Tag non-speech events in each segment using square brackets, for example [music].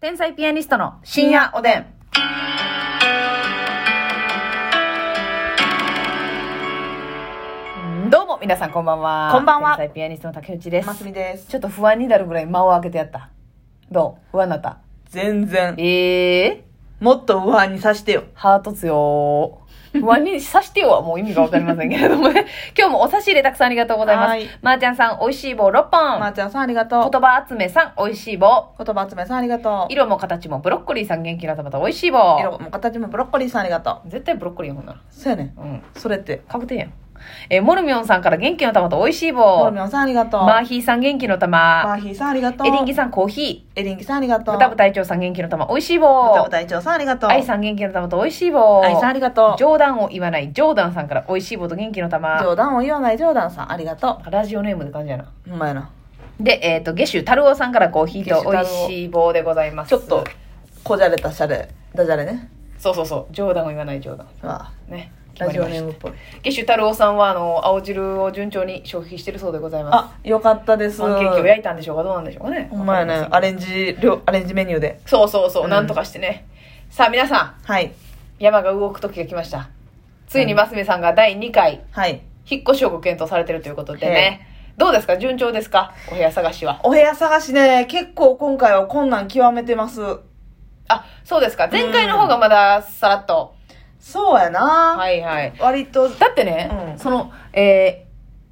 天才ピアニストの深夜おでん。うんどうも、皆さんこんばんは。こんばんは天才ピアニストの竹内です。ますみです。ちょっと不安になるぐらい間を空けてやった。どう不安になった。全然。ええもっと不安にさしてよ。ハート強ー。不安にさしてよはもう意味がわかりませんけれども [laughs] ね。今日もお差し入れたくさんありがとうございます。はいまー、ちゃんさん、美味しい棒6本。まーちゃんさんありがとう。言葉集めさん、美味しい棒。言葉集めさんありがとう。色も形もブロッコリーさん元気なたまた美味しい棒。色も形もブロッコリーさんありがと絶対ブロッコリーの方なう。そうやねん。ら。うん。それって。確定やん。えーモルミョンさんから元気の玉と美味しいモ棒ルミ。ョンさんありがとう。マーヒーさん元気のバ玉。ーヒーさんありがとう。エリンギさんコーヒエリンギさんありがー。とう。豚部隊長さん元気の玉。美味しい豚棒豚。隊長さんありがとう。アイさん元気の玉と美味しい棒。アイさんありがとう。冗談を言わないジョーダンさんから美味しい棒と元気の玉。冗談を言わない冗談さんありがとラジオネームって感じやな。う。ほんまやな。で、えっ、と、ゲシュタルオさんからコーヒーと美味しい棒でございます。ちょっと。、こじゃれたシャレ、ダジャレね。そうそうそう。冗談を言わない冗談。まあ、ね。決ラまりジまオしたネームっぽい。ゲシュタルオさんは、あの、青汁を順調に消費してるそうでございます。あ、よかったです。パンケーキを焼いたんでしょうかどうなんでしょうかね。ほんまやね。アレンジ料、アレンジメニューで。そうそうそう、うんなんとかしてね。さあ皆さん、はい。山が動く時が来ました。ついにますみさんが第2回、はい。引っ越しをご検討されてるということでね。どうですか順調ですかお部屋探しは。お部屋探しね、結構今回は困難極めてます。あ、そうですか。前回の方がまださらっと。そうやな、はいはい。割と、だってね、うんその、え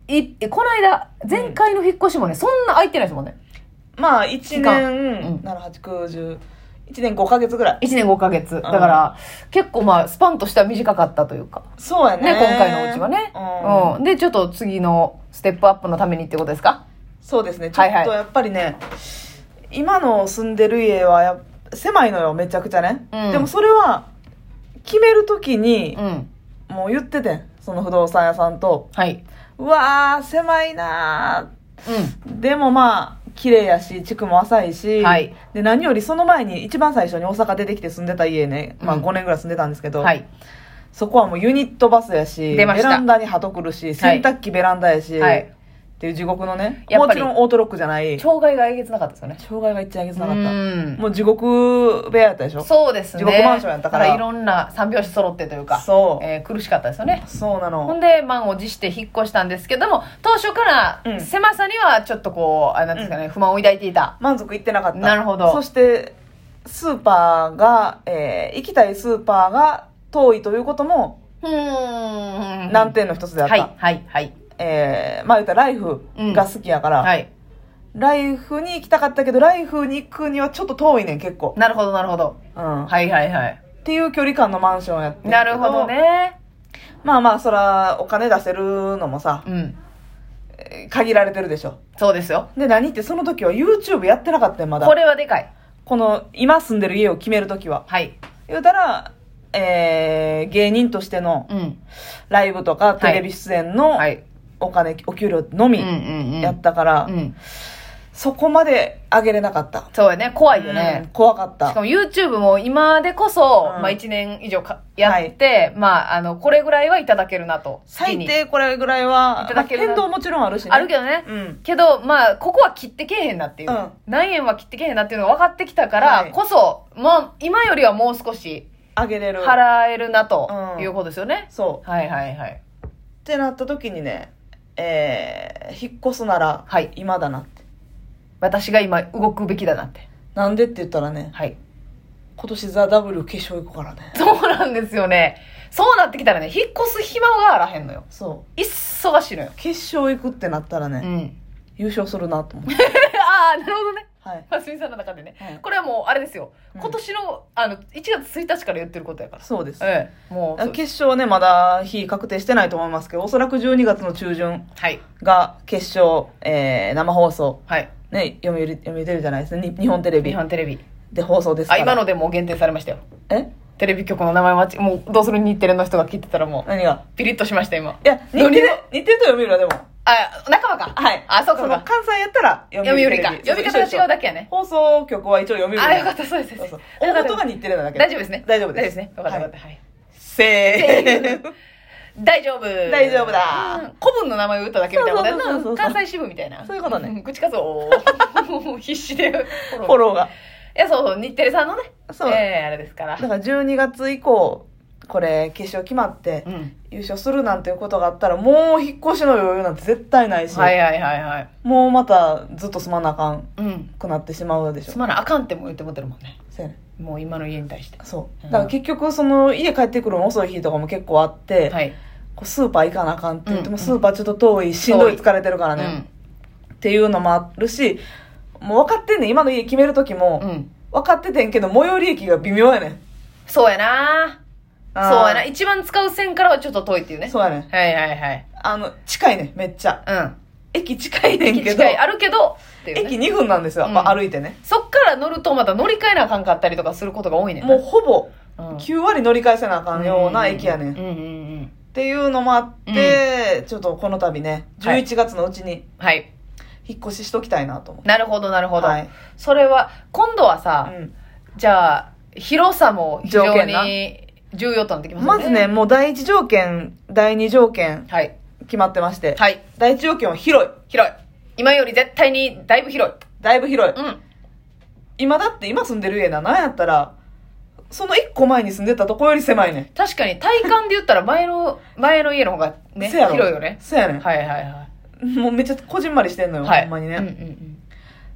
ーいえこの間、前回の引っ越しもね、そんな空いてないですもんね。まあ1期間うん年、7、8、9、10、1年5ヶ月ぐらい。 1年5ヶ月。だから、結構まあ、スパンとしては短かったというか。そうやね。ね、今回のお家はね、うん。うん。で、ちょっと次のステップアップのためにってことですかそうですね。ちょはいはいっとやっぱりね、今の住んでる家はや狭いのよ、めちゃくちゃね。うんでもそれは、決めるときにう、ん。もう言っててんその不動産屋さんと。はい。うわー、狭いなー。うん。でもまあ綺麗やし地区も浅いし、はいで何よりその前に一番最初に大阪出てきて住んでた家ね、まうあ、ん5年ぐらい住んでたんですけど、はい。そこはもうユニットバスやし出ましベたランダに鳩来るしはい洗濯機ベランダやし、はいっていう地獄のねやっもぱりちろんオートロックじゃない障害がえげつなかったですよね。障害が一番あげつなかったん。もう地獄部屋やったでしょそうですね。地獄マンションやったからだいろんな三拍子揃ってというか、そうえー苦しかったですよね。そうほなのんで、満を持して引っ越したんですけども、当初かうらん狭さにはちょっとこう、あれなんですかね、不満を抱いていた。満足いってなかったなるほどそしてスーパーが、えー行きたいスーパーが遠いということもうーん。難点の一つであった、はい、はい、はい。えー、まあ言ったらライフが好きやから、はい。ライフに行きたかったけど、ライフに行くにはちょっと遠いねん、結構。なるほど、なるほど。うん。はい、はい、はい。っていう距離感のマンションやってんけなるほど。ね。まあまあ、そら、お金出せるのもさ、うん。えー限られてるでしょ。そうですよ。で、何ってその時は YouTube やってなかったよ、まだ。これはでかい。この、今住んでる家を決める時は。はい。言うたら、えー、芸人としてのうん。ライブとかテレビ出演のはい。お金、お給料のうみんうんうん。やったから、うん。そこまで上げれなかった。そうやね。怖いようんね。怖かった。しかも YouTube も今でこそ、うんまあ1年以上かやって、まああの、これぐらいはいただけるなと。最月に。低これぐらいはいただけるな変動もちろんあるしねあるけどね。うんけど、まあ、ここは切ってけえへんなっていう。うん何円は切ってけえへんなっていうのが分かってきたから、はいこそ、まあ、今よりはもう少し上げれる払えるなとうんいうことですよね。そうはいはいはい。ってなった時にねえー、引っ越すならはい今だなって私が今動くべきだなって。なんでって言ったらねはい。 [laughs] 今年ザ・ W 決勝行くからねそうなんですよね。そうなってきたらね、引っ越す暇があらへんのよ。そ忙しいのよう。決勝行くってなったらね、ん。 [laughs] 優勝するなと思ってああ、なるほどね。はいますみさんの中でね。はいこれはもう、あれですよ。うん今年の、あの、1月1日から言ってることやから。そうですええ。もうそうで決勝はねまだ日確定してないと思いますけどおそらく12月の中旬す。はい。が決勝、えー、生放送はい。ね読売読売テレビじゃないですねに日本テレ日ビ本テレビ。で放送ですかあ、ら今のでもう限定されましたよ。えテレビ局の名前待ち、もう、どうする日テレの人が聞いてたらもう、何がピリッとしました、今。いや、日どテれレも、日テレと読めるわ、でも。あ、仲間か。はい。あ、そうか、そそうのか。関西やったら読み売りか。テレ呼ビび方が違うだけやね。放送局は一応読み売り。あ、よかった、そうです。そうそう。よかった音が日テレなだけ。大丈夫ですね。大丈夫です。ね。よかったよかった。はい。せーの。大丈夫。大丈夫だうん古文の名前を言っただけみたいなことやそうそうそうそうな。関西支部みたいな。そういうことね [laughs] ん。口数を、もう必死でフォロー。フォローが。いや、そうそう、日テレさんのね、そう。えーあれですから。だから12月以降、これ、決勝決まってう、ん。優勝するなんていうことがあったら、もう引っ越しの余裕なんて絶対ないし、はいはいはいはい。もうまたずっとすまなあかんうん。くなってしまうでしょす。まなあかんっても言ってもってるもんね。そうやねもう今の家に対して。そう。うだんから結局、その、家帰ってくるの遅い日とかも結構あって、はい。こうスーパー行かなあかんって言ってうんうも、んスーパーちょっと遠い、しんどい、遠い疲れてるからね、っていうのもあるし、もう分かってんねん、今の家決める時も、うん。うん。分かっててんけど、最寄り駅が微妙やねん。そうやなあーそうやな。一番使う線からはちょっと遠いっていうね。そうやねん。はいはいはい。あの、近いねん、めっちゃ。うん。駅近いねん駅けど、近いあるけど、っていうね駅2分なんですよ、うんまあ、歩いてね。そっから乗るとまた乗り換えなあかんかったりとかすることが多いねんなもうほぼ、うん9割乗り返せなあかんような駅やねん。うんうっんうん。ていうのもあって、ちょっとこの度ね、はい11月のうちにはい。引っ越ししときたいなと思って。なるほど、なるほど。はいそれは、今度はさ、うじゃあ、広さも非条常件なに重要となってきまん、すね。まずね、。もう第一条件、第二条件はい。決まってまして、はい。第一条件は広い。広い。今より絶対にだいぶ広い。だいぶ広い。うん。今だって今住んでる家な、なんやったら、その一個前に住んでたとこより狭いねん。確かに体感で言ったら前の、 [laughs] 前の家の方がね、せやろ広いよね。そうやねん。はいはいはもうめっちゃこじんまりしてんのい。よ、はい。ほんまにね、うんうん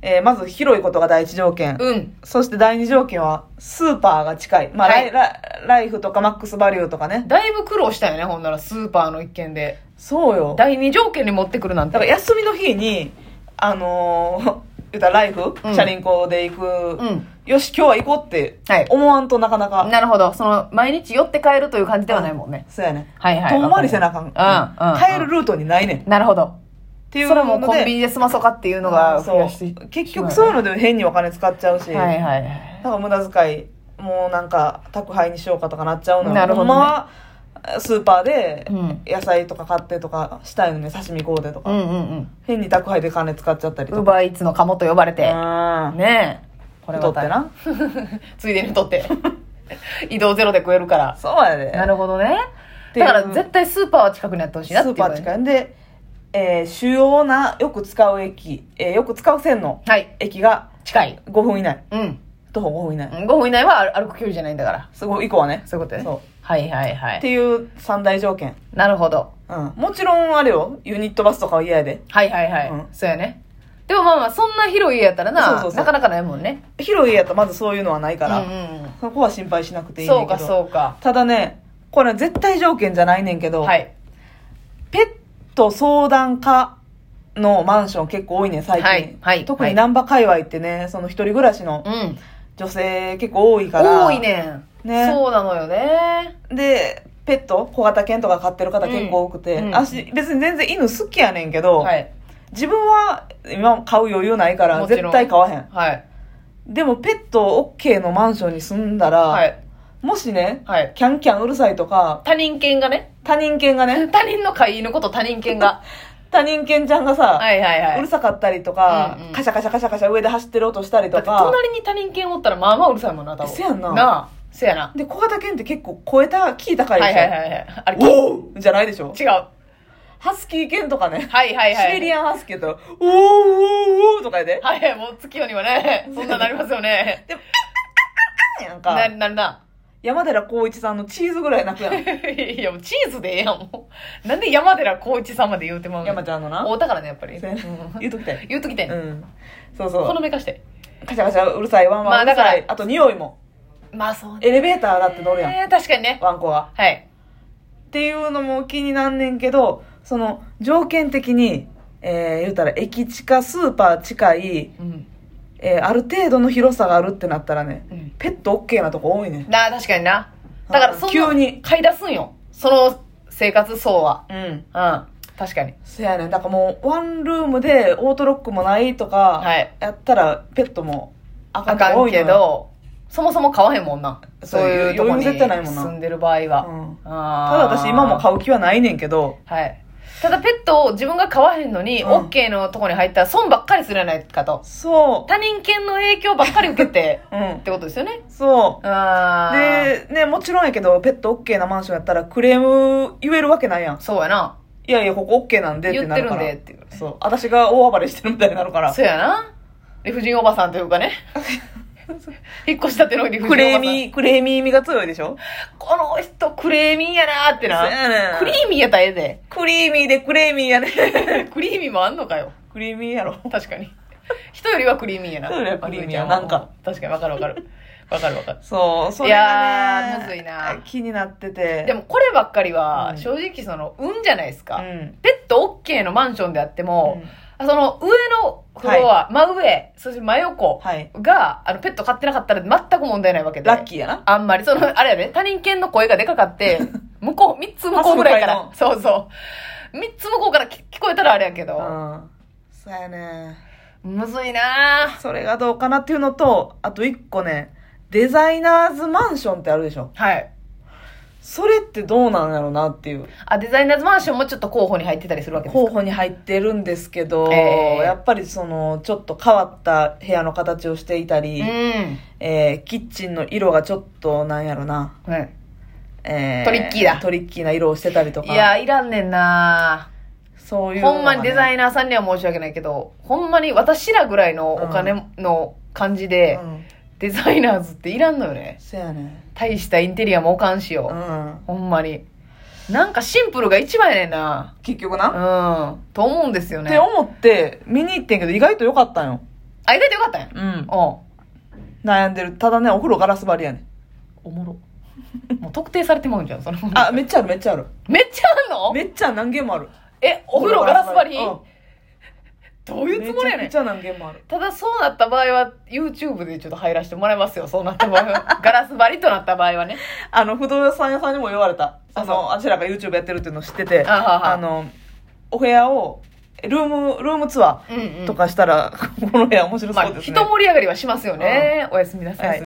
えーまず広いことが第一条件。うん。うん。そして第二条件は、スーパーが近い。まあ、はいライラライフとかマックスバリューとかね。だいぶ苦労したよね、ほんなら、スーパーの一件で。そうよ。だ第二条件に持ってくるなんからて。休みの日に、あのー [laughs] 言うたらライフ、うんチャリンコで行く、うん。よし、今日は行こうってはい思わんとなかなか。なるほど。その、毎日寄って帰るという感じではないもんね。そうやね。はいはい。遠回りせなあかん。うんうん。帰るルートにないねん。っなるほど。ていうそれのはもうコンビで、ニで済まそうかっていうのが増やしそてしまう。結局そういうので変にお金使っちゃうし。うねはいはいはい。だから無駄遣いもうなんか宅配にしようかとかなっちゃうのよなるほどねほんまはスーパーでうん野菜とか買ってとかしたいのに刺身買うてとうか、んうん変に宅配で金使っちゃったりうん。ウとーかバーイーツの鴨と呼ばれて。うんねえ。これ太まってた。なついでに太って。 [laughs] 移動ゼロで食えるから。そうやで [laughs] なるほどね。ていうだから絶対スーパーは近くにやってほしいスなっていーうパのはーね。近いんで、えー主要なよく使う駅、えーよく使う線のはい。駅が近い。 5分以内うん。徒歩5分以内5分以内は歩歩く距離じゃないんだから。すごい以降はねそういうことね。そはいはいはうっい。ていう三大条件、なるほど。うん、もちろんあれよユニットバスとかは嫌やではいはいはい。うんそうやね。でもまあまあ、そんな広い家やったらな、そうそうそうなかなかないもんね。広い家やったらまずそういうのはないから、うんうんそこは心配しなくていいねんそだうけどかそうか。ただねこれは絶対条件じゃないねんけど、はい。ペット相談課のマンション結構多いねん最近、はいはい特に難波界隈ってねその一人暮らしのうん。女性結構多いから多いねん。ねそうなのよね。でペット小型犬とか飼ってる方結構多くて、うんうん私別に全然犬好きやねんけど、はい。自分は今買う余裕ないからもちろん絶対買わへんはい。でもペット OK のマンションに住んだら、はい。もしねはい。キャンキャンうるさいとか他人犬がね。他人犬がね他人の飼い犬こと他人犬 [laughs] が。他人犬ちゃんがさ、はいはいはうるい。さかったりとか、うんうんカシャカシャカシャカシャ上で走ってる音したりだっとてか隣に他人犬おったらまあまあうるさいもんな、多分。せやんななあ。せやな。で小型犬って結構声高キー高はいいでしはいょ、はいはい。あれ、違う。おーじゃないでしょハスキー犬とかね、はいはいはい。シベリアンハスキーだったら「おーおーおー」とかやではい、もう月夜には [laughs] ね、そんななりますよね。 「なんかな、な、な。山寺宏一さんのチーズぐらい泣くやん [laughs] いや、もうチーズでええやん、もう。なんで山寺宏一さんまで言うてまうの山ちゃんのなおうだからね、やっぱり。そうやなうん言うときたい言うときたいうね。んそうほそのめかして。うカシャカシャうるさいワンワンうるさい、まあだあと匂いもまあそうね。エレベーターだって乗るやん、えー確かにね。ワンコがはい。っていうのも気になんねんけど、その、条件的に、えー、言うたら、駅近、スーパー近い、うん。えー、ある程度の広さがあるってなったらね、うんペット OK なとこ多いねん。なあ、確かにな。だから、そんな急に買い出すんよ。その生活層は。うん。うん。確かに。そやねん。だからもう、ワンルームでオートロックもないとか、はいやったら、ペットもあかあんとかこ多んいけのよ。ど、そもそも買わへんもんな。そうそういうとこ余裕に絶対ないもんな住んでる場合は。うんあただ私今もう買う気はないねんけど、はい。ただペットを自分が飼わへんのに、うん OK のとこに入ったら損ばっかりするやないかと。そ他人犬の影響ばっかり受けて、う。うっん。てことですよね。そう。あー。で、ね、もちろんやけど、ペット OK なマンションやったら、クレーム言えるわけないやん。そうやな。いやいや、ここ OK なんでって言っなてるるかんら。でっていう。そう。私が大暴れしてるみたいになるから。 [laughs] そうやな。理不尽おばさんというかね。引っ越したての理不尽おばさんクレーミー、クレーミー味が強いでしょこの人クレーミーやなーってそうやねな。んクリーミーやったらええで。クリーミーでクレーミーやね。クリーミーもあんのかよ。 [laughs] クリーミーやろ。確かに。人よりはクリーミーやな。人よりはクリーミーやまなずみちゃはなんか。確かにわかるわかる。わかるわかる。そう、それが、ね。いやーむずいな気になってて。でもこればっかりはう、ん正直その、運じゃないですうか。ん。ペット OK のマンションであっても、うんあその上のフロア、真上、そして真横はい。が、あの、ペット飼ってなかったら全く問題ないわけで。ラッキーやな。あんまり、その、あれやね、他人犬の声がでかか [laughs] って、向こう、三つ向こうぐらいからパ、そうそう。三つ向こうから聞聞こえたらあれやけうど、ん。そうやね。むずいなぁそれがどうかなっていうのと、あと一個ね、デザイナーズマンションってあるでしょ。はい。それってどうなんやろうなっていう。あ、デザイナーズマンションもちょっと候補に入ってたりするわけです候か補に入ってるんですけど、えーやっぱりその、ちょっと変わった部屋の形をしていたり、うん。えーキッチンの色がちょっと、なんやろな、はいえトリッキーだトリッキーな色をしてたりとか。いや、いらんねんなそういうのがね、ほんまにデザイナーさんには申し訳ないけど、ほんまに私らぐらいのお金の感じで、うん。デザイナーズっていらんのよね。そやね。大したインテリアもおかんしうよ。ん。ほんまに。なんかシンプルが一番やねんな結局な。うん。と思うんですよっね。て思って、見に行ってんけど、意外と良かったんよ。あ、意外とよかったんや。うん。お悩んでる。ただね、お風呂ガラス張りやねん。おもろ。もう特定されてまうんじゃん、その。あ、めっちゃある、めっちゃある。めっちゃあんのめっちゃ何軒もある。え、お風呂ガラス張りうんどういうつもりやねめんち。ゃくちゃ何軒もある。ただそうなった場合は、YouTube でちょっと入らせてもらいますよ、そうな [laughs] った場合は。ガラス張りとなった場合はね。あの、不動産屋さんにも言われた。ああそうの、あちらが YouTube やってるっていうのを知ってて、あははあの、お部屋を、ルーム、ルームツアうんうーん。 [laughs] とかしたら、この部屋面白まそあ、うですね。人盛り上がりはしますよね。おやすみなさい。